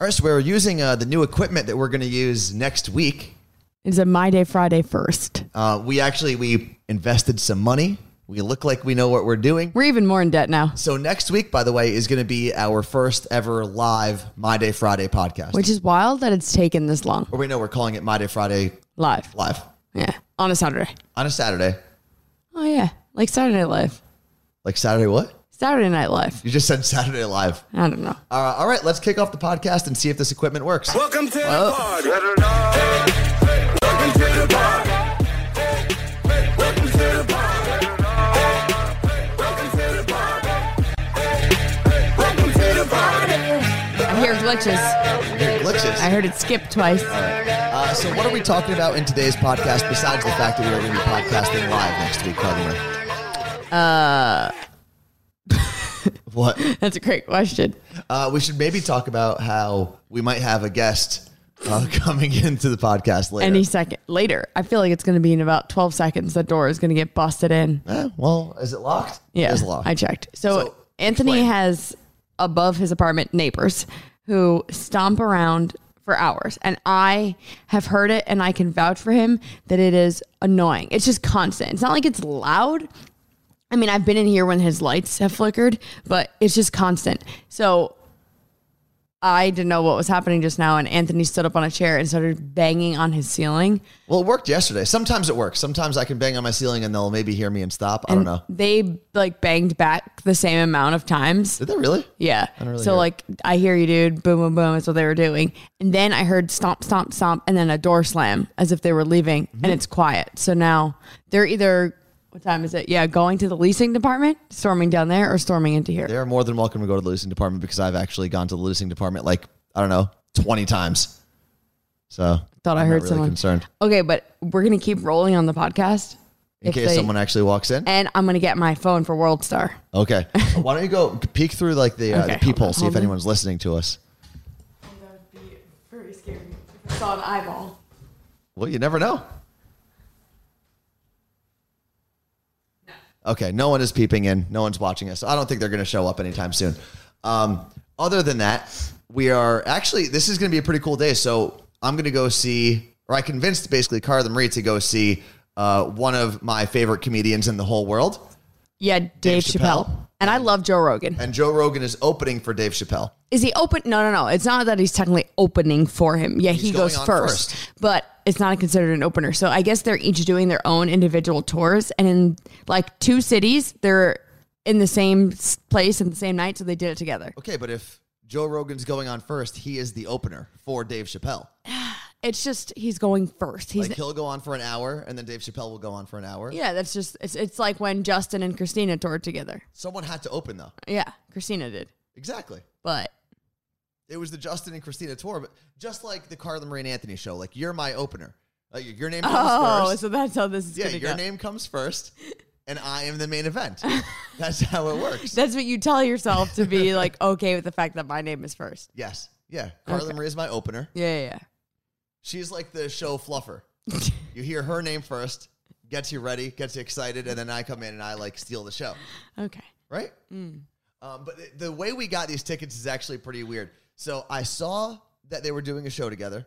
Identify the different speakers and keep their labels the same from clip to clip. Speaker 1: All right, so we're using uh, the new equipment that we're going to use next week.
Speaker 2: It's a My Day Friday first.
Speaker 1: Uh, we actually we invested some money. We look like we know what we're doing.
Speaker 2: We're even more in debt now,
Speaker 1: So next week, by the way, is going to be our first ever live My Day Friday podcast.
Speaker 2: which is wild that it's taken this long.
Speaker 1: or we know we're calling it My Day Friday
Speaker 2: Live.
Speaker 1: live
Speaker 2: Yeah. On a Saturday.
Speaker 1: on a Saturday.
Speaker 2: Oh, yeah. Like Saturday Night Live.
Speaker 1: Like Saturday, what?
Speaker 2: Saturday Night Live.
Speaker 1: You just said Saturday live.
Speaker 2: I don't know.
Speaker 1: Uh, all right, let's kick off the podcast and see if this equipment works.
Speaker 3: Welcome to the party. Welcome to the party. Welcome to the party. Welcome to the party. Welcome to the party.
Speaker 2: I hear glitches.
Speaker 1: Here, glitches.
Speaker 2: I heard it skip twice.
Speaker 1: Uh, so, what are we talking about in today's podcast besides the fact that we are going to be podcasting live next week, Carmen? Uh.
Speaker 2: Uh.
Speaker 1: what?
Speaker 2: That's a great question.
Speaker 1: Uh, we should maybe talk about how we might have a guest uh, coming into the podcast later.
Speaker 2: Any second later. I feel like it's going to be in about 12 seconds. The door is going to get busted in.
Speaker 1: Eh, well, is it locked?
Speaker 2: Yeah,
Speaker 1: It is locked.
Speaker 2: I checked. So,
Speaker 1: So,
Speaker 2: Anthony
Speaker 1: explain.
Speaker 2: has above his apartment neighbors who stomp around for hours, and I have heard it, and I can vouch for him that it is annoying. It's just constant. It's not like it's loud. I mean, I've been in here when his lights have flickered, but it's just constant. So. I didn't know what was happening just now, and Anthony stood up on a chair and started banging on his ceiling.
Speaker 1: Well, it worked yesterday. Sometimes it works. Sometimes I can bang on my ceiling and they'll maybe hear me and stop. I don't know.
Speaker 2: They like banged back the same amount of times.
Speaker 1: Did they really?
Speaker 2: Yeah.
Speaker 1: don't really
Speaker 2: so
Speaker 1: hear it.
Speaker 2: like I hear you, dude. Boom, boom, boom. That's what they were doing. And then I heard stomp, stomp, stomp, and then a door slam as if they were leaving,
Speaker 1: Mm-hmm.
Speaker 2: and it's quiet. So now they're either what time is it? Yeah, going to the leasing department, storming down there, or storming into here.
Speaker 1: They are more than welcome to go to the leasing department because I've actually gone to the leasing department like, I don't know, 20 times. So
Speaker 2: Thought I
Speaker 1: I'm not
Speaker 2: heard
Speaker 1: really
Speaker 2: someone.
Speaker 1: concerned
Speaker 2: Okay, but we're gonna keep rolling on the podcast.
Speaker 1: in
Speaker 2: If
Speaker 1: case
Speaker 2: they-
Speaker 1: someone actually walks in.
Speaker 2: and I'm gonna get my phone for World Star.
Speaker 1: Okay. Why don't you go peek through like the, uh,
Speaker 2: Okay,
Speaker 1: the
Speaker 2: hold
Speaker 1: peephole,
Speaker 2: on,
Speaker 1: see
Speaker 2: hold
Speaker 1: if
Speaker 2: on.
Speaker 1: anyone's listening to us.
Speaker 2: That would be very scary. If I saw an eyeball.
Speaker 1: Well, you never know. Okay, no one is peeping in. No one's watching us. I don't think they're going to show up anytime soon. Um, other than that, we are actually, this is going to be a pretty cool day. So I'm going to go see, or I convinced basically Carla Marie to go see uh, one of my favorite comedians in the whole world.
Speaker 2: Yeah, Dave,
Speaker 1: Chappelle.
Speaker 2: Chappelle. And I love Joe Rogan.
Speaker 1: And Joe Rogan is opening for Dave Chappelle.
Speaker 2: Is he open? No, no, no. It's not that he's technically opening for him. Yeah, he
Speaker 1: going
Speaker 2: goes
Speaker 1: on
Speaker 2: first, but it's not considered an opener. So I guess they're each doing their own individual tours, and in like two cities, they're in the same s- place and the same night, so they did it together.
Speaker 1: Okay, but if Joe Rogan's going on first, he is the opener for Dave Chappelle.
Speaker 2: It's just he's going first. He's
Speaker 1: Like he'll go on for an hour and then Dave Chappelle will go on for an hour.
Speaker 2: yeah. That's just it's it's like when Justin and Christina toured together.
Speaker 1: Someone had to open though.
Speaker 2: Yeah, Christina did,
Speaker 1: Exactly.
Speaker 2: but
Speaker 1: It was the Justin and Christina tour, but just like the Carla Marie and Anthony show, like you're my opener. Like your- your name comes
Speaker 2: oh,
Speaker 1: first.
Speaker 2: so that's how this is
Speaker 1: yeah,
Speaker 2: gonna
Speaker 1: your
Speaker 2: go.
Speaker 1: name comes first, and I am the main event. That's how it works.
Speaker 2: that's what you tell yourself to be like okay with the fact that my name is first.
Speaker 1: Yes. Yeah. Carla
Speaker 2: Okay.
Speaker 1: Marie is my opener.
Speaker 2: Yeah, yeah. yeah.
Speaker 1: She's like the show fluffer. you hear her name first, gets you ready, gets you excited, and then I come in and I like steal the show.
Speaker 2: Okay.
Speaker 1: right? Um, but the, the way we got these tickets is actually pretty weird. So I saw that they were doing a show together,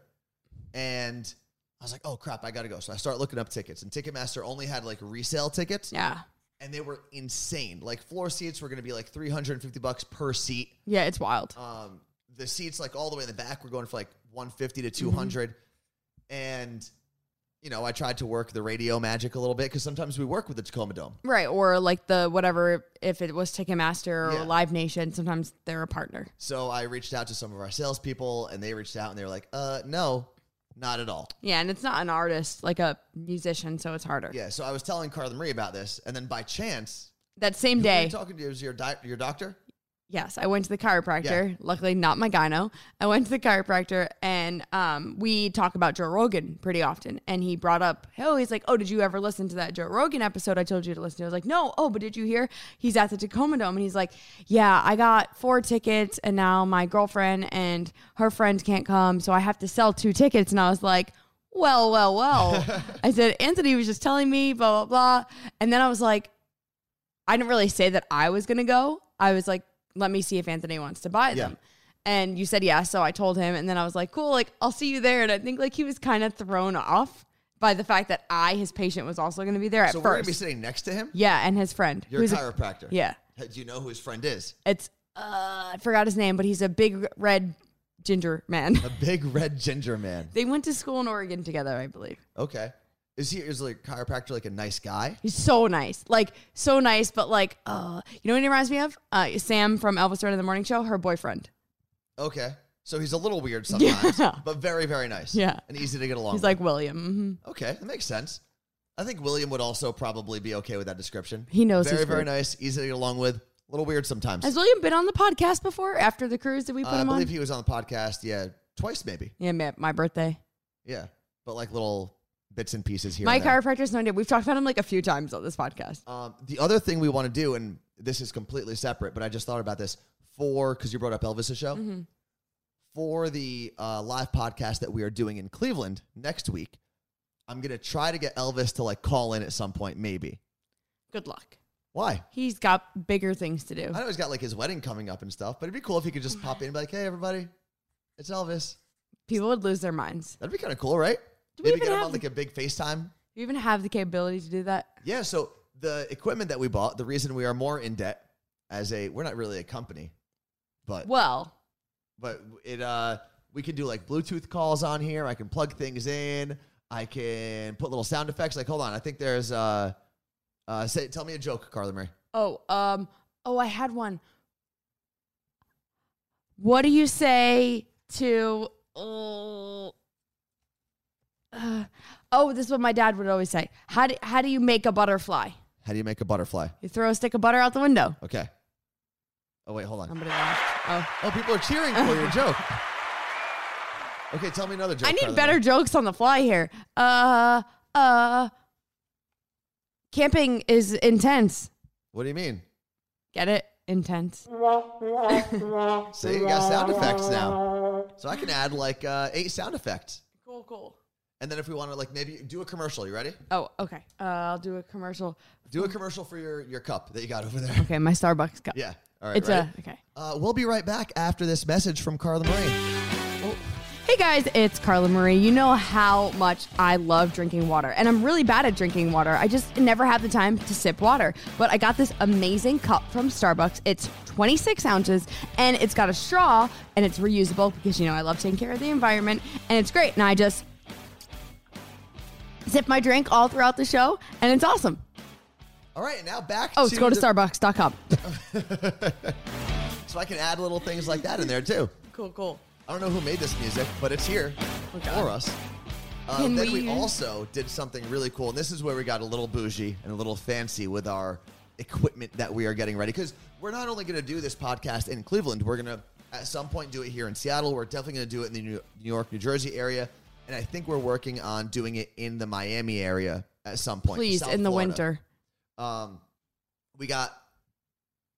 Speaker 1: and I was like, "Oh crap, I gotta go!" So I start looking up tickets, and Ticketmaster only had like resale tickets,
Speaker 2: Yeah.
Speaker 1: and they were insane. Like floor seats were gonna be like three hundred and fifty bucks per seat.
Speaker 2: Yeah, it's wild.
Speaker 1: Um, the seats like all the way in the back were going for like one fifty to two and you know I tried to work the radio magic a little bit because sometimes we work with the Tacoma Dome.
Speaker 2: Right, or like the whatever if it was Ticketmaster or
Speaker 1: Yeah.
Speaker 2: Live Nation, sometimes they're a partner.
Speaker 1: So I reached out to some of our salespeople, and they reached out and they were like, "Uh, no, not at all."
Speaker 2: Yeah, and it's not an artist like a musician, so it's harder.
Speaker 1: Yeah. So I was telling Carla Marie about this, and then by chance,
Speaker 2: That same
Speaker 1: who were you
Speaker 2: day,
Speaker 1: talking to was your di- your doctor.
Speaker 2: yes, I went to the chiropractor. Luckily, not my gyno. I went to the chiropractor, and um, we talk about Joe Rogan pretty often. And he brought up, oh, he's like, oh, did you ever listen to that Joe Rogan episode I told you to listen to? I was like, no. Oh, but did you hear? He's at the Tacoma Dome, and he's like, yeah, I got four tickets, and now my girlfriend and her friend can't come, so I have to sell two tickets. And I was like. Well, well, well. I said, Anthony was just telling me, blah, blah, blah. And then I was like, I didn't really say that I was going to go. I was like, let me see if Anthony wants to buy
Speaker 1: Yeah.
Speaker 2: them. And you said yes, so I told him, and then I was like, "Cool, like I'll see you there." And I think like he was kind of thrown off by the fact that I, his patient, was also going to be there at
Speaker 1: So we we're gonna be
Speaker 2: first.
Speaker 1: sitting next to him.
Speaker 2: yeah, and his friend,
Speaker 1: You're a
Speaker 2: who's a-
Speaker 1: chiropractor.
Speaker 2: yeah,
Speaker 1: Hey, Do you know who his friend is?
Speaker 2: it's uh, I forgot his name, but he's a big red ginger man.
Speaker 1: A big red ginger man.
Speaker 2: they went to school in Oregon together, I believe.
Speaker 1: Okay. Is he is like chiropractor like a nice guy?
Speaker 2: He's so nice, like so nice, but like, uh, you know what he reminds me of? Uh, Sam from Elvis Duran in the Morning Show, her boyfriend.
Speaker 1: Okay. So he's a little weird sometimes,
Speaker 2: Yeah.
Speaker 1: but very very nice.
Speaker 2: Yeah.
Speaker 1: And easy to get along.
Speaker 2: He's
Speaker 1: with.
Speaker 2: like William. mm-hmm.
Speaker 1: okay, that makes sense. I think William would also probably be okay with that description.
Speaker 2: He knows
Speaker 1: Very
Speaker 2: he's
Speaker 1: very
Speaker 2: weird.
Speaker 1: nice, easy to get along with. A little weird sometimes.
Speaker 2: hmm Has William been on the podcast before after the cruise that we put
Speaker 1: Uh, I
Speaker 2: him on?
Speaker 1: believe he was on the podcast. Yeah, twice maybe.
Speaker 2: yeah, my, my birthday.
Speaker 1: Yeah, but like little bits and pieces here.
Speaker 2: My
Speaker 1: and there.
Speaker 2: chiropractor's no idea. We've talked about him like a few times on this podcast.
Speaker 1: Um, the other thing we want to do, and this is completely separate, but I just thought about this for because you brought up Elvis's show
Speaker 2: Mm-hmm.
Speaker 1: for the uh, live podcast that we are doing in Cleveland next week. I'm gonna try to get Elvis to like call in at some point, maybe.
Speaker 2: Good luck.
Speaker 1: Why?
Speaker 2: He's got bigger things to do.
Speaker 1: I know he's got like his wedding coming up and stuff, but it'd be cool if he could just pop in and be like, "Hey, everybody, it's Elvis."
Speaker 2: People would lose their minds.
Speaker 1: That'd be kind of cool, right?
Speaker 2: Do we
Speaker 1: maybe
Speaker 2: even
Speaker 1: get him
Speaker 2: have-
Speaker 1: on like a big FaceTime
Speaker 2: Do you even have the capability to do that?
Speaker 1: Yeah, so the equipment that we bought, the reason we are more in debt as a we're not really a company, but
Speaker 2: Well,
Speaker 1: but it uh we can do like Bluetooth calls on here. I can plug things in. I can put little sound effects. Like, hold on, I think there's uh uh say tell me a joke, Carla Marie.
Speaker 2: oh, um, oh, I had one. What do you say to? Uh, uh, oh, this is what my dad would always say. How do, how do you make a butterfly?
Speaker 1: How do you make a butterfly?
Speaker 2: You throw a stick of butter out the window.
Speaker 1: Okay. Oh wait, hold on.
Speaker 2: Somebody laughed. Oh.
Speaker 1: Oh, people are cheering for your joke. Okay, tell me another joke.
Speaker 2: I need
Speaker 1: Carla
Speaker 2: better
Speaker 1: Marie.
Speaker 2: jokes on the fly here. Uh, uh, camping is intense.
Speaker 1: What do you mean?
Speaker 2: Get it? Intense.
Speaker 1: Say you got sound effects now. So I can add like uh, eight sound effects.
Speaker 2: Cool, cool.
Speaker 1: And then if we want to like maybe do a commercial, you ready?
Speaker 2: Oh, okay. Uh, I'll do a commercial.
Speaker 1: Do a commercial for your your cup that you got over there.
Speaker 2: Okay, my Starbucks cup.
Speaker 1: Yeah. All right.
Speaker 2: It's
Speaker 1: ready?
Speaker 2: a okay.
Speaker 1: uh, we'll be right back after this message from Carla Marie.
Speaker 2: Hey guys, it's Carla Marie. You know how much I love drinking water, and I'm really bad at drinking water. I just never have the time to sip water. But I got this amazing cup from Starbucks. It's 26 ounces, and it's got a straw, and it's reusable because you know I love taking care of the environment, and it's great. And I just sip my drink all throughout the show, and it's awesome.
Speaker 1: All right, now back. to
Speaker 2: Oh, let's go to
Speaker 1: the-
Speaker 2: Starbucks.com.
Speaker 1: So I can add little things like that in there too.
Speaker 2: Cool, cool.
Speaker 1: I don't know who made this music, but it's here for us. Uh,
Speaker 2: Can
Speaker 1: then we,
Speaker 2: we-
Speaker 1: also did something really cool, and this is where we got a little bougie and a little fancy with our equipment that we are getting ready. Because we're not only going to do this podcast in Cleveland, we're going to at some point do it here in Seattle. We're definitely going to do it in the New New York, New Jersey area, and I think we're working on doing it in the Miami area at some point.
Speaker 2: Please,
Speaker 1: South
Speaker 2: in the
Speaker 1: Florida.
Speaker 2: winter,
Speaker 1: um, we got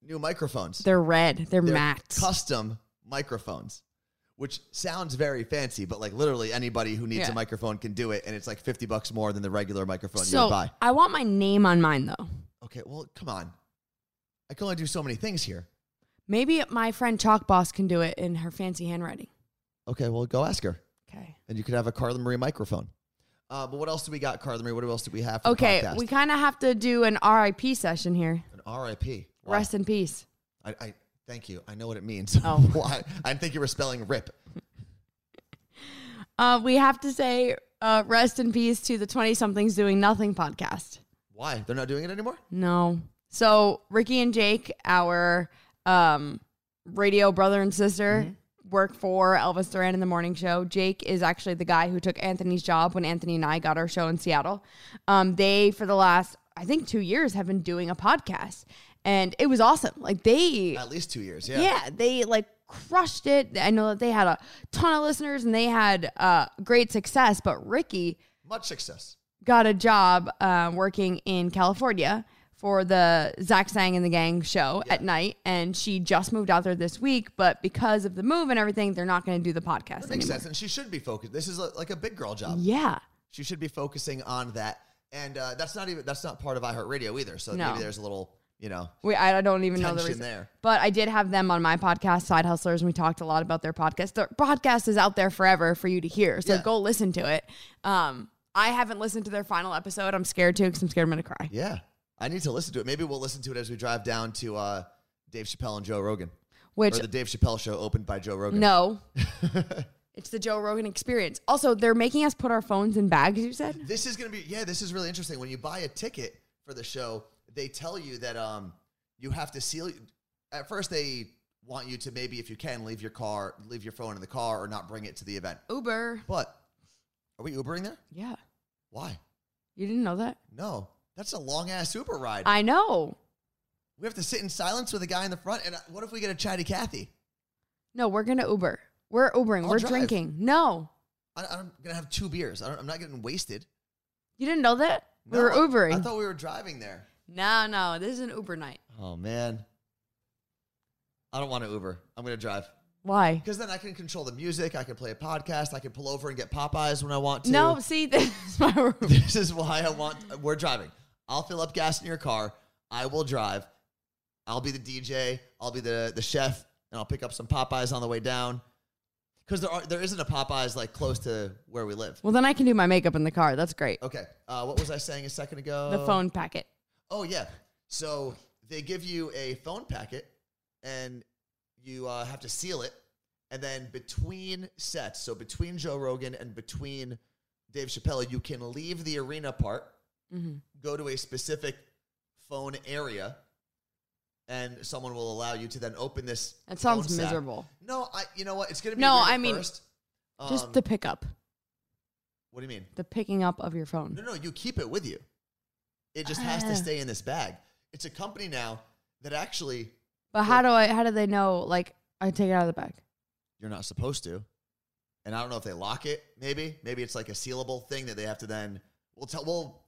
Speaker 1: new microphones.
Speaker 2: they're red. They're,
Speaker 1: They're
Speaker 2: matte.
Speaker 1: custom microphones, which sounds very fancy, but like literally anybody who needs
Speaker 2: Yeah.
Speaker 1: a microphone can do it, and it's like fifty bucks more than the regular microphone you would
Speaker 2: so
Speaker 1: buy.
Speaker 2: I want my name on mine though.
Speaker 1: Okay, well, come on, I can only do so many things here.
Speaker 2: Maybe my friend Chalk Boss can do it in her fancy handwriting.
Speaker 1: Okay, well, go ask her,
Speaker 2: Okay.
Speaker 1: and you could have a Carla Marie microphone. Uh, but what else do we got, Carla Marie? What else do we have? For
Speaker 2: Okay,
Speaker 1: the podcast?
Speaker 2: we kind of have to do an RIP session here.
Speaker 1: An R.I.P. Wow.
Speaker 2: Rest in peace.
Speaker 1: I, I thank you. I know what it means.
Speaker 2: Oh.
Speaker 1: Why? I think you were spelling rip.
Speaker 2: Uh, we have to say uh, rest in peace to the 20 somethings doing nothing podcast.
Speaker 1: Why? They're not doing it anymore.
Speaker 2: No. So Ricky and Jake, our um, radio brother and sister, work for Elvis Duran in the morning show. Jake is actually the guy who took Anthony's job when Anthony and I got our show in Seattle. Um, they, for the last, I think, two years, have been doing a podcast, and it was awesome. Like they,
Speaker 1: At least two years.
Speaker 2: yeah, they like crushed it. I know that they had a ton of listeners and they had uh, great success, but Ricky
Speaker 1: Much success.
Speaker 2: got a job uh, working in California for the Zach Sang and the Gang show at night, and she just moved out there this week. But because of the move and everything, they're not going to do the podcast
Speaker 1: Makes
Speaker 2: anymore.
Speaker 1: sense, and she should be focused. This is a, like a big girl job.
Speaker 2: Yeah,
Speaker 1: She should be focusing on that, and uh, that's not even that's not part of iHeartRadio either. So
Speaker 2: No.
Speaker 1: maybe there's a little you know,
Speaker 2: We, I don't even know the
Speaker 1: Tension
Speaker 2: reason.
Speaker 1: there.
Speaker 2: But I did have them on my podcast, Side Hustlers, and we talked a lot about their podcast. Their podcast is out there forever for you to hear, so
Speaker 1: Yeah.
Speaker 2: go listen to it. Um, I haven't listened to their final episode. I'm scared to because I'm scared I'm going to cry.
Speaker 1: yeah. I need to listen to it. Maybe we'll listen to it as we drive down to uh, Dave Chappelle and Joe Rogan,
Speaker 2: Which
Speaker 1: or the Dave Chappelle show opened by Joe Rogan.
Speaker 2: no, it's the Joe Rogan experience. Also, they're making us put our phones in bags. You said
Speaker 1: This is gonna be yeah. This is really interesting. When you buy a ticket for the show, they tell you that um you have to seal. At first, they want you to maybe if you can leave your car, leave your phone in the car, or not bring it to the event.
Speaker 2: Uber.
Speaker 1: But are we Ubering there?
Speaker 2: Yeah,
Speaker 1: Why?
Speaker 2: you didn't know that.
Speaker 1: No, that's a long ass Uber ride.
Speaker 2: I know.
Speaker 1: we have to sit in silence with a guy in the front. And uh, what if we get a chatty Cathy?
Speaker 2: No, we're gonna Uber. We're Ubering.
Speaker 1: I'll
Speaker 2: we're
Speaker 1: drive.
Speaker 2: drinking. No,
Speaker 1: I, I'm gonna have two beers. I don't, I'm not getting wasted.
Speaker 2: you didn't know that. we
Speaker 1: No,
Speaker 2: were
Speaker 1: I-
Speaker 2: Ubering.
Speaker 1: I thought we were driving there.
Speaker 2: no, no, this is an Uber night.
Speaker 1: Oh man, I don't want to Uber. I'm gonna drive.
Speaker 2: Why?
Speaker 1: Because then I can control the music. I can play a podcast. I can pull over and get Popeyes when I want to.
Speaker 2: No, see, this is my room.
Speaker 1: This is why I want. We're driving. I'll fill up gas in your car. I will drive. I'll be the DJ. I'll be the, the chef, and I'll pick up some Popeyes on the way down. Because there are there isn't a Popeyes like close to where we live.
Speaker 2: Well, then I can do my makeup in the car. That's great.
Speaker 1: Okay. Uh, what was I saying a second ago?
Speaker 2: The phone packet.
Speaker 1: Oh yeah. So they give you a phone packet, and you uh, have to seal it. And then between sets, so between Joe Rogan and between Dave Chappelle, you can leave the arena part,
Speaker 2: Mm-hmm.
Speaker 1: go to a specific phone area, and someone will allow you to then open this.
Speaker 2: That sounds
Speaker 1: phone sack.
Speaker 2: miserable.
Speaker 1: No, I. You know what? It's gonna be
Speaker 2: No,
Speaker 1: Arena
Speaker 2: I mean,
Speaker 1: first.
Speaker 2: Just
Speaker 1: Um,
Speaker 2: the pickup,
Speaker 1: What do you mean?
Speaker 2: the picking up of your
Speaker 1: No,
Speaker 2: phone.
Speaker 1: no, you keep it with you. It just has
Speaker 2: Ah.
Speaker 1: to stay in this bag. It's a company now that actually
Speaker 2: But how do I? How do they know? Like, I take it out of the bag.
Speaker 1: you're not supposed to. And I don't know if they lock it. Maybe, maybe it's like a sealable thing that they have to then. We'll tell. We'll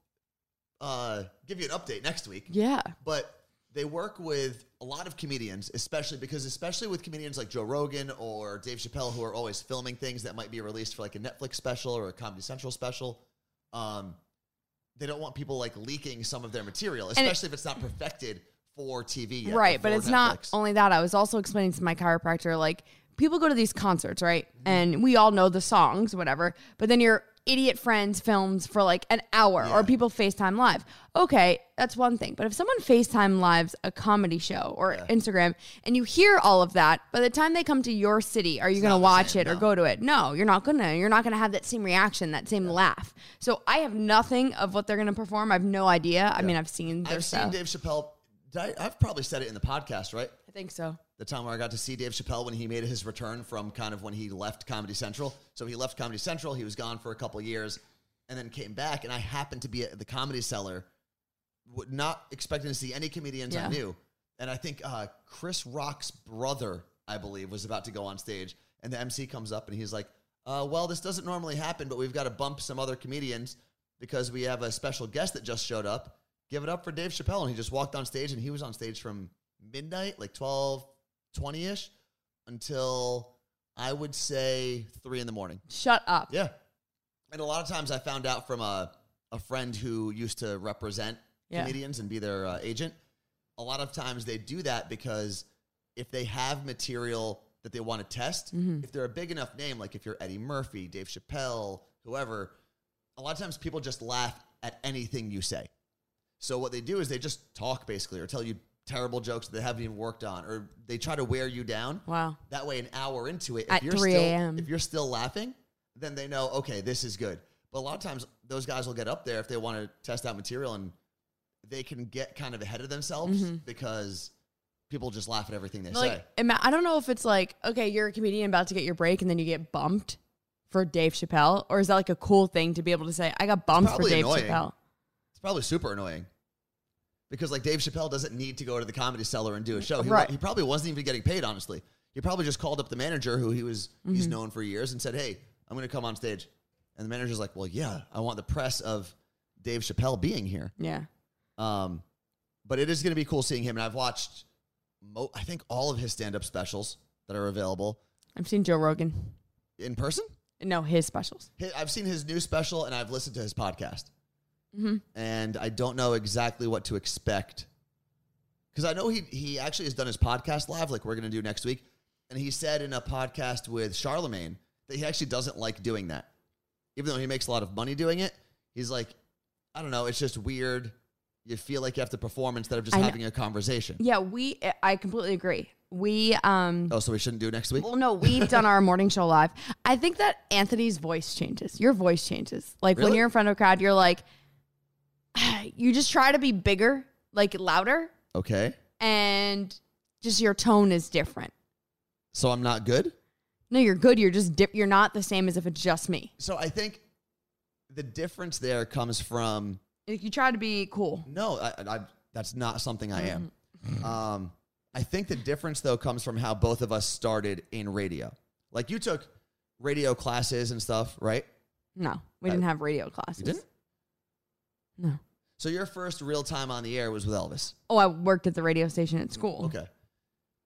Speaker 1: uh, give you an update next week.
Speaker 2: Yeah.
Speaker 1: But they work with a lot of comedians, especially because especially with comedians like Joe Rogan or Dave Chappelle, who are always filming things that might be released for like a Netflix special or a Comedy Central special. Um, they don't want people like leaking some of their material,
Speaker 2: it-
Speaker 1: especially if it's not perfected for TV. Yet, or
Speaker 2: right but
Speaker 1: for
Speaker 2: it's not
Speaker 1: Netflix.
Speaker 2: only that i was also explaining to my chiropractor like people go to these concerts right
Speaker 1: Mm-hmm.
Speaker 2: and we all know the songs whatever but then your idiot friends films for like an hour or
Speaker 1: Yeah.
Speaker 2: people facetime live okay that's one thing but if someone facetime lives a comedy show or instagram and you hear all of that by the time they come to your city are you going
Speaker 1: not
Speaker 2: to
Speaker 1: the
Speaker 2: watch
Speaker 1: same,
Speaker 2: it or
Speaker 1: no.
Speaker 2: go to it no you're not going to you're not going to have that same reaction that same laugh so i have nothing of what they're going to perform i have no idea i mean i've seen their
Speaker 1: I've seen
Speaker 2: stuff
Speaker 1: Dave Chappelle. Did I, I've probably said it in the podcast, right?
Speaker 2: i think so
Speaker 1: the time where I got to see Dave Chappelle when he made his return from kind of when he left Comedy Central. So he left Comedy Central, he was gone for a couple years, and then came back. And I happened to be at the Comedy Cellar, w- not expecting to see any comedians I
Speaker 2: Yeah.
Speaker 1: knew. And I think uh, Chris Rock's brother, I believe, was about to go on stage, and the MC comes up and he's like, uh, "Well, this doesn't normally happen, but we've got to bump some other comedians because we have a special guest that just showed up. Give it up for Dave Chappelle." And he just walked on stage, and he was on stage from midnight, like 12, 20 ish, until I would say three in the morning.
Speaker 2: shut up
Speaker 1: Yeah. And a lot of times I found out from a, a friend who used to represent
Speaker 2: Yeah.
Speaker 1: comedians and be their uh, agent. A lot of times they do that because if they have material that they want to test, if they're a big enough name, like if you're Eddie Murphy, Dave Chappelle, whoever, a lot of times people just laugh at anything you say. So what they do is they just talk basically or tell you terrible jokes that they haven't even worked on or they try to wear you down.
Speaker 2: Wow.
Speaker 1: That way, an hour into it, if
Speaker 2: At
Speaker 1: you're
Speaker 2: 3
Speaker 1: still,
Speaker 2: a.m..
Speaker 1: If you're still laughing, then they know, okay, this is good. But a lot of times, those guys will get up there if they want to test out material and they can get kind of ahead of themselves because people just laugh at everything they say.
Speaker 2: Mm-hmm. Like, ima- I don't know if it's like, okay, you're a comedian about to get your break and then you get bumped for Dave Chappelle, or is that like a cool thing to be able to say, I got bumped for
Speaker 1: probably
Speaker 2: Dave
Speaker 1: annoying.
Speaker 2: Chappelle?
Speaker 1: It's probably super annoying because, like, Dave Chappelle doesn't need to go to the comedy cellar and do a show. He,
Speaker 2: Right.
Speaker 1: he probably wasn't even getting paid, honestly. He probably just called up the manager who he was
Speaker 2: Mm-hmm.
Speaker 1: he's known for years and said, "Hey, I'm going to come on stage." And the manager's like, "Well, yeah, I want the press of Dave Chappelle being here."
Speaker 2: Yeah.
Speaker 1: Um, but it is going to be cool seeing him. And I've watched, mo- I think, all of his stand up specials that are available
Speaker 2: I've seen Joe Rogan.
Speaker 1: in person.
Speaker 2: No, his specials.
Speaker 1: Hi- I've seen his new special and I've listened to his
Speaker 2: Mm-hmm.
Speaker 1: podcast. And I don't know exactly what to expect because I know he he actually has done his podcast live, like we're gonna do next week, and he said in a podcast with Charlemagne that he actually doesn't like doing that, even though he makes a lot of money doing it. He's like, I don't know, it's just weird. You feel like you have to perform instead of just
Speaker 2: I know.
Speaker 1: having a conversation.
Speaker 2: Yeah, we. eh, I completely agree. We. Um.
Speaker 1: Oh, so we shouldn't do it next week.
Speaker 2: Well, no, we've done our morning show live. I think that Anthony's voice changes. Your voice changes. Like when
Speaker 1: Really?
Speaker 2: you're in front of a crowd, you're like, you just try to be bigger, like louder,
Speaker 1: Okay,
Speaker 2: and just your tone is different.
Speaker 1: so I'm not good.
Speaker 2: No, you're good. You're just dip. You're not the same as if it's just me.
Speaker 1: So I think the difference there comes from
Speaker 2: Like you try to be cool.
Speaker 1: No, I, I, I- that's not something I am.
Speaker 2: Mm-hmm.
Speaker 1: Um, I think the difference though comes from how both of us started in radio. Like you took radio classes and stuff, right?
Speaker 2: No, we didn't have radio classes.
Speaker 1: You didn't.
Speaker 2: No.
Speaker 1: So your first real time on the air was with Elvis.
Speaker 2: Oh, I worked at the radio station at school.
Speaker 1: Okay.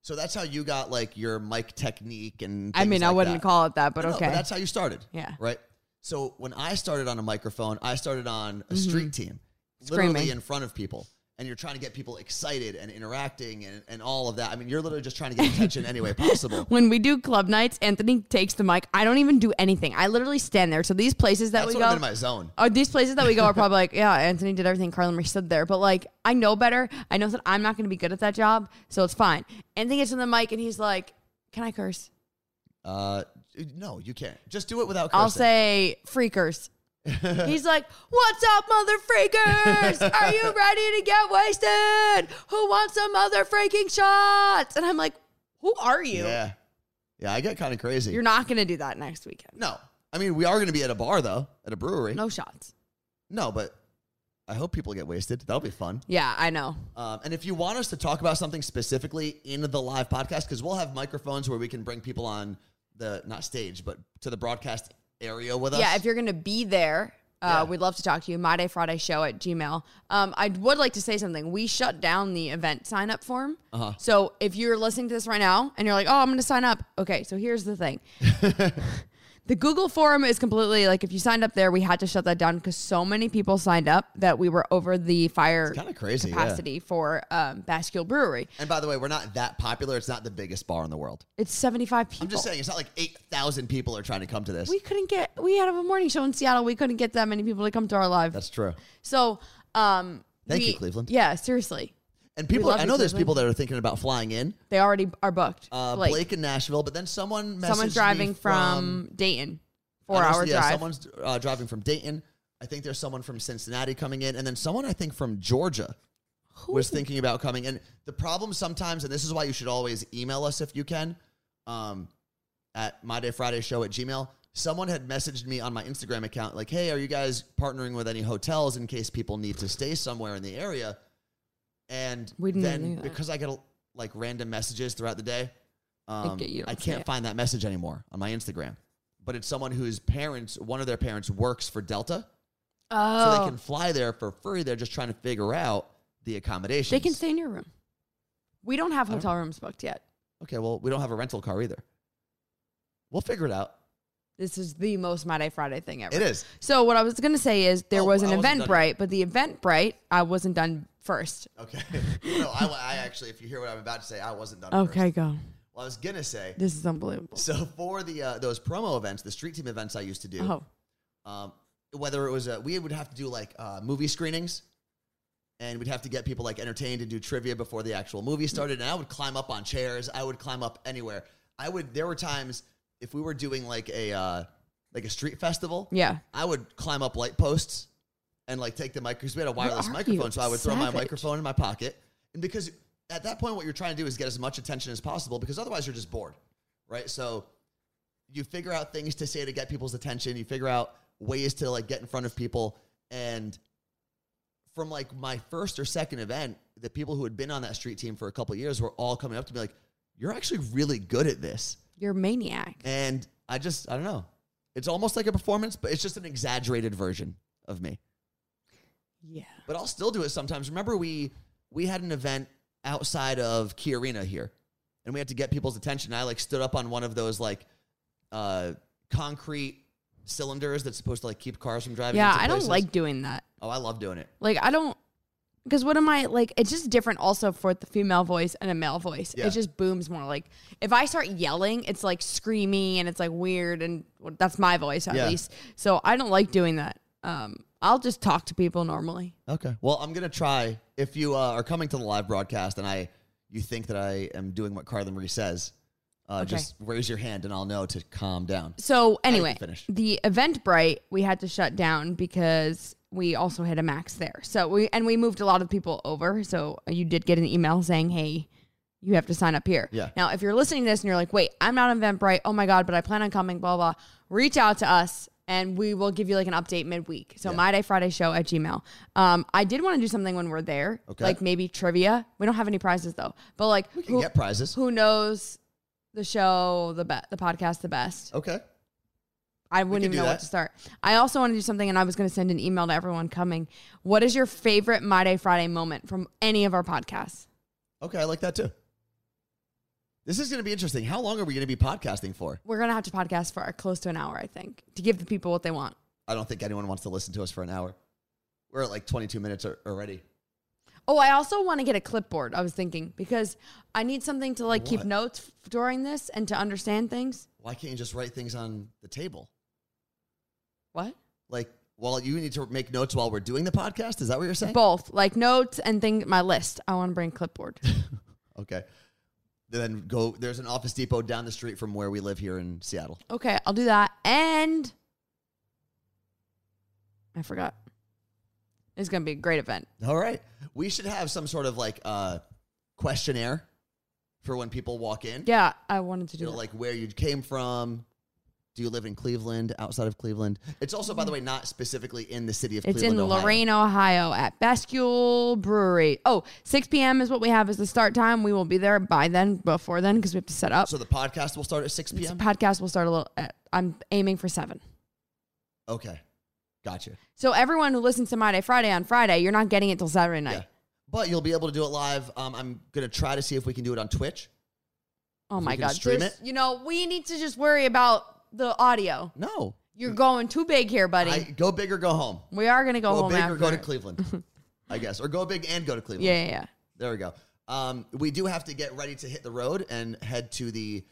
Speaker 1: So that's how you got like your mic technique and.
Speaker 2: I mean,
Speaker 1: things
Speaker 2: I
Speaker 1: like
Speaker 2: wouldn't
Speaker 1: that.
Speaker 2: call it that, but
Speaker 1: No, no,
Speaker 2: okay.
Speaker 1: that's how you started.
Speaker 2: Yeah.
Speaker 1: Right. So when I started on a microphone, I started on a street team, literally
Speaker 2: Mm-hmm. Screaming.
Speaker 1: in front of people. And you're trying to get people excited and interacting and, and all of that. I mean, you're literally just trying to get attention any way possible.
Speaker 2: when we do club nights, Anthony takes the mic. I don't even do anything. I literally stand there. So these places that
Speaker 1: That's
Speaker 2: we
Speaker 1: what I'm
Speaker 2: go,
Speaker 1: in my zone.
Speaker 2: Oh, these places that we go are probably like, yeah, Anthony did everything Carla Marie stood there. But like, I know better. I know that I'm not going to be good at that job, so it's fine. Anthony gets on the mic and he's like, "Can I curse?"
Speaker 1: Uh, no, you can't. Just do it without cursing.
Speaker 2: I'll say free curse. he's like, "What's up, mother freakers? Are you ready to get wasted? Who wants some mother freaking shots?" And I'm like, "Who are you?
Speaker 1: Yeah. Yeah, I get kind of crazy.
Speaker 2: You're not going to do that next weekend.
Speaker 1: no. I mean, we are going to be at a bar, though, at a brewery.
Speaker 2: No shots."
Speaker 1: No, but I hope people get wasted. That'll be fun.
Speaker 2: Yeah, I know.
Speaker 1: Um, and if you want us to talk about something specifically in the live podcast, because we'll have microphones where we can bring people on the not stage, but to the broadcast area with us.
Speaker 2: Yeah, if you're going to be there, uh,
Speaker 1: Yeah.
Speaker 2: we'd love to talk to you. My Day Friday Show at Gmail. Um, I would like to say something. We shut down the event sign up form. Uh-huh. So if you're listening to this right now and you're like, oh, I'm going to sign up. Okay, so here's the thing. The Google form is completely like if you signed up there, we had to shut that down because so many people signed up that we were over the fire
Speaker 1: kinda crazy, yeah.
Speaker 2: capacity for um, Bascule Brewery.
Speaker 1: and by the way, we're not that popular. It's not the biggest bar in the world.
Speaker 2: It's 75 people.
Speaker 1: I'm just saying, it's not like eight thousand people are trying to come to this.
Speaker 2: Oh. We couldn't get, we had a morning show in Seattle. We couldn't get that many people to come to our live.
Speaker 1: That's true.
Speaker 2: So, um,
Speaker 1: Thank you, Cleveland.
Speaker 2: Yeah, seriously,
Speaker 1: And people,
Speaker 2: love
Speaker 1: I
Speaker 2: you,
Speaker 1: know there's
Speaker 2: Cleveland.
Speaker 1: people that are thinking about flying in.
Speaker 2: they already are booked.
Speaker 1: Uh, Blake.
Speaker 2: Blake,
Speaker 1: in Nashville, but then someone messaged
Speaker 2: someone's
Speaker 1: me
Speaker 2: driving
Speaker 1: from,
Speaker 2: from, Dayton,
Speaker 1: I
Speaker 2: four
Speaker 1: know-
Speaker 2: hour
Speaker 1: yeah,
Speaker 2: drive.
Speaker 1: Someone's uh, driving from Dayton. I think there's someone from Cincinnati coming in, and then someone I think from Georgia was thinking about coming. And the problem sometimes, and this is why you should always email us if you can, um, at mydayfridayshow at gmail. Someone had messaged me on my Instagram account, like, hey, are you guys partnering with any hotels in case people need to stay somewhere in the area? And
Speaker 2: We didn't even
Speaker 1: then
Speaker 2: do that.
Speaker 1: because I get like random messages throughout the day, um,
Speaker 2: get you don't
Speaker 1: I
Speaker 2: say
Speaker 1: can't
Speaker 2: it.
Speaker 1: find that message anymore on my Instagram. But it's someone whose parents, one of their parents works for Delta.
Speaker 2: oh,
Speaker 1: So they can fly there for free. They're just trying to figure out the accommodations.
Speaker 2: stay in your room. We don't have hotel rooms booked yet.
Speaker 1: Okay, well, we don't have a rental car either. We'll figure it out.
Speaker 2: This is the most My Day Friday thing ever.
Speaker 1: It is.
Speaker 2: So what I was gonna say is there
Speaker 1: Oh,
Speaker 2: was an
Speaker 1: I wasn't
Speaker 2: event
Speaker 1: done
Speaker 2: bright, but the event bright I wasn't done first.
Speaker 1: Okay. no, I, I actually, if you hear what I'm about to say, I wasn't done. first.
Speaker 2: Okay, go.
Speaker 1: Well, I was gonna say.
Speaker 2: This is unbelievable.
Speaker 1: So for the uh, those promo events, the street team events I used to do,
Speaker 2: Oh,
Speaker 1: um, whether it was a, we would have to do like uh, movie screenings and we'd have to get people like entertained and do trivia before the actual movie
Speaker 2: Mm-hmm.
Speaker 1: started and i would climb up on chairs i would climb up anywhere i would there were times if we were doing like a uh, like a street festival
Speaker 2: Yeah.
Speaker 1: i would climb up light posts and like take the mic because we had a wireless
Speaker 2: are you?
Speaker 1: microphone so i would throw my
Speaker 2: Savage.
Speaker 1: microphone in my pocket and because at that point what you're trying to do is get as much attention as possible because otherwise you're just bored right so you figure out things to say to get people's attention. You figure out ways to like get in front of people. And from like my first or second event, the people who had been on that street team for a couple of years were all coming up to me like, "You're actually really good at this."
Speaker 2: you're a maniac.
Speaker 1: And I just, I don't know. It's almost like a performance, but it's just an exaggerated version of me.
Speaker 2: Yeah.
Speaker 1: But I'll still do it sometimes. Remember, we we had an event outside of Key Arena here, and we had to get people's attention. I like stood up on one of those like uh, concrete cylinders that's supposed to like keep cars from driving.
Speaker 2: Yeah,
Speaker 1: into
Speaker 2: I don't
Speaker 1: places.
Speaker 2: like doing that.
Speaker 1: Oh, I love doing it.
Speaker 2: Like I don't because what am I like? It's just different also for the female voice and a male voice.
Speaker 1: Yeah.
Speaker 2: It just booms more. Like if I start yelling, it's like screamy and it's like weird and well, that's my voice at
Speaker 1: Yeah.
Speaker 2: least. So I don't like doing that. Um, I'll just talk to people normally.
Speaker 1: Okay. Well, I'm gonna try. If you uh, are coming to the live broadcast and I, you think that I am doing what Carla Marie says, uh,
Speaker 2: Okay.
Speaker 1: just raise your hand and I'll know to calm down.
Speaker 2: So anyway,
Speaker 1: finish.
Speaker 2: the Eventbrite we had to shut down because we also hit a max there. So we and we moved a lot of people over. So you did get an email saying, "Hey, you have to sign up here."
Speaker 1: Yeah.
Speaker 2: Now, if you're listening to this and you're like, "Wait, I'm not on Eventbrite. Oh my god, but I plan on coming." Blah blah. Reach out to us. And we will give you like an update midweek. So my day Friday show at Gmail. Um, I did want to do something when we're there,
Speaker 1: Okay.
Speaker 2: like maybe trivia. We don't have any prizes though, but like
Speaker 1: We can get prizes.
Speaker 2: who knows the show, the be- the podcast, the best.
Speaker 1: Okay.
Speaker 2: I
Speaker 1: can
Speaker 2: wouldn't even
Speaker 1: do
Speaker 2: know
Speaker 1: that.
Speaker 2: what to start. I also want to do something, and I was going to send an email to everyone coming. What is your favorite My Day Friday moment from any of our podcasts?
Speaker 1: Okay. I like that too. This is gonna be interesting. How long are we gonna be podcasting for?
Speaker 2: We're going to have to podcast for uh, close to an hour, I think, to give the people what they want.
Speaker 1: I don't think anyone wants to listen to us for an hour. We're at like 22 minutes ar- already.
Speaker 2: Oh, I also want to get a clipboard. I was thinking because I need something to like keep
Speaker 1: What?
Speaker 2: notes f- during this and to understand things.
Speaker 1: Why can't you just write things on the table?
Speaker 2: What?
Speaker 1: Like, while you need to make notes while we're doing the podcast? Is that what you're saying?
Speaker 2: Both like notes and thing. My list. I want to bring clipboard.
Speaker 1: Okay. Then go. There's an Office Depot down the street from where we live here in Seattle.
Speaker 2: okay, I'll do that. And I forgot. It's going to be a great event.
Speaker 1: All right. We should have some sort of like uh, questionnaire for when people walk in.
Speaker 2: Yeah, I wanted to do
Speaker 1: You know,
Speaker 2: that.
Speaker 1: like where you came from. Do you live in Cleveland, outside of Cleveland? It's also, by the way, not specifically in the city of
Speaker 2: Mm-hmm. it's
Speaker 1: Cleveland.
Speaker 2: in
Speaker 1: Ohio.
Speaker 2: Lorraine, Ohio at Bascule Brewery. Oh, 6 p.m. is what we have as the start time. We will be there by then, before then, because we have to set up.
Speaker 1: So the podcast will start at 6
Speaker 2: The
Speaker 1: p.m.?
Speaker 2: podcast will start a little, at, I'm aiming for 7.
Speaker 1: okay. Gotcha.
Speaker 2: So everyone who listens to My Day Friday on Friday, you're not getting it till Saturday
Speaker 1: Yeah.
Speaker 2: night.
Speaker 1: But you'll be able to do it live. Um, I'm going to try to see if we can do it on Twitch.
Speaker 2: Oh
Speaker 1: we
Speaker 2: my
Speaker 1: can
Speaker 2: God.
Speaker 1: stream
Speaker 2: There's-
Speaker 1: it?
Speaker 2: You know, we need to just worry about the audio.
Speaker 1: No.
Speaker 2: You're going too big here, buddy.
Speaker 1: I, go big or go home.
Speaker 2: we are going to go
Speaker 1: Go
Speaker 2: home
Speaker 1: big
Speaker 2: after.
Speaker 1: or go to Cleveland, I guess. Or go big and go to Cleveland.
Speaker 2: yeah, yeah, yeah.
Speaker 1: There we go. Um, we do have to get ready to hit the road and head to the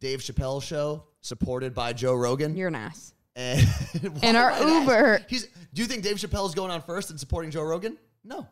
Speaker 1: Dave Chappelle show, supported by Joe Rogan.
Speaker 2: You're an ass.
Speaker 1: and Why
Speaker 2: And our
Speaker 1: am I an ass?
Speaker 2: Uber.
Speaker 1: He's, do you think Dave Chappelle's going on first and supporting Joe Rogan? No,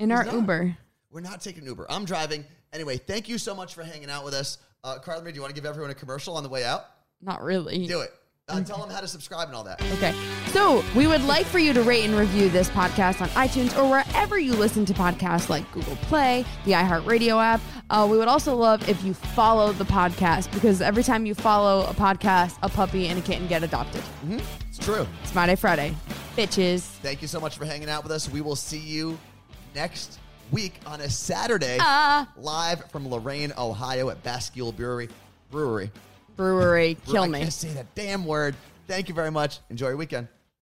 Speaker 2: In our
Speaker 1: not.
Speaker 2: Uber.
Speaker 1: we're not taking an Uber. I'm driving. Anyway, thank you so much for hanging out with us. Uh, Carla Marie, do you want to give everyone a commercial on the way out?
Speaker 2: Not really.
Speaker 1: Do it. Uh, tell them how to subscribe and all that.
Speaker 2: Okay. So we would like for you to rate and review this podcast on iTunes or wherever you listen to podcasts like Google Play, the iHeartRadio app. Uh, we would also love if you follow the podcast because every time you follow a podcast, a puppy and a kitten get adopted.
Speaker 1: It's true.
Speaker 2: It's My Day Friday. Bitches.
Speaker 1: Thank you so much for hanging out with us. We will see you next week on a Saturday,
Speaker 2: Ah.
Speaker 1: live from Lorraine, Ohio, at Bascule Brewery. Brewery.
Speaker 2: Brewery.
Speaker 1: I
Speaker 2: Kill me.
Speaker 1: can't say that damn word. Thank you very much. Enjoy your weekend.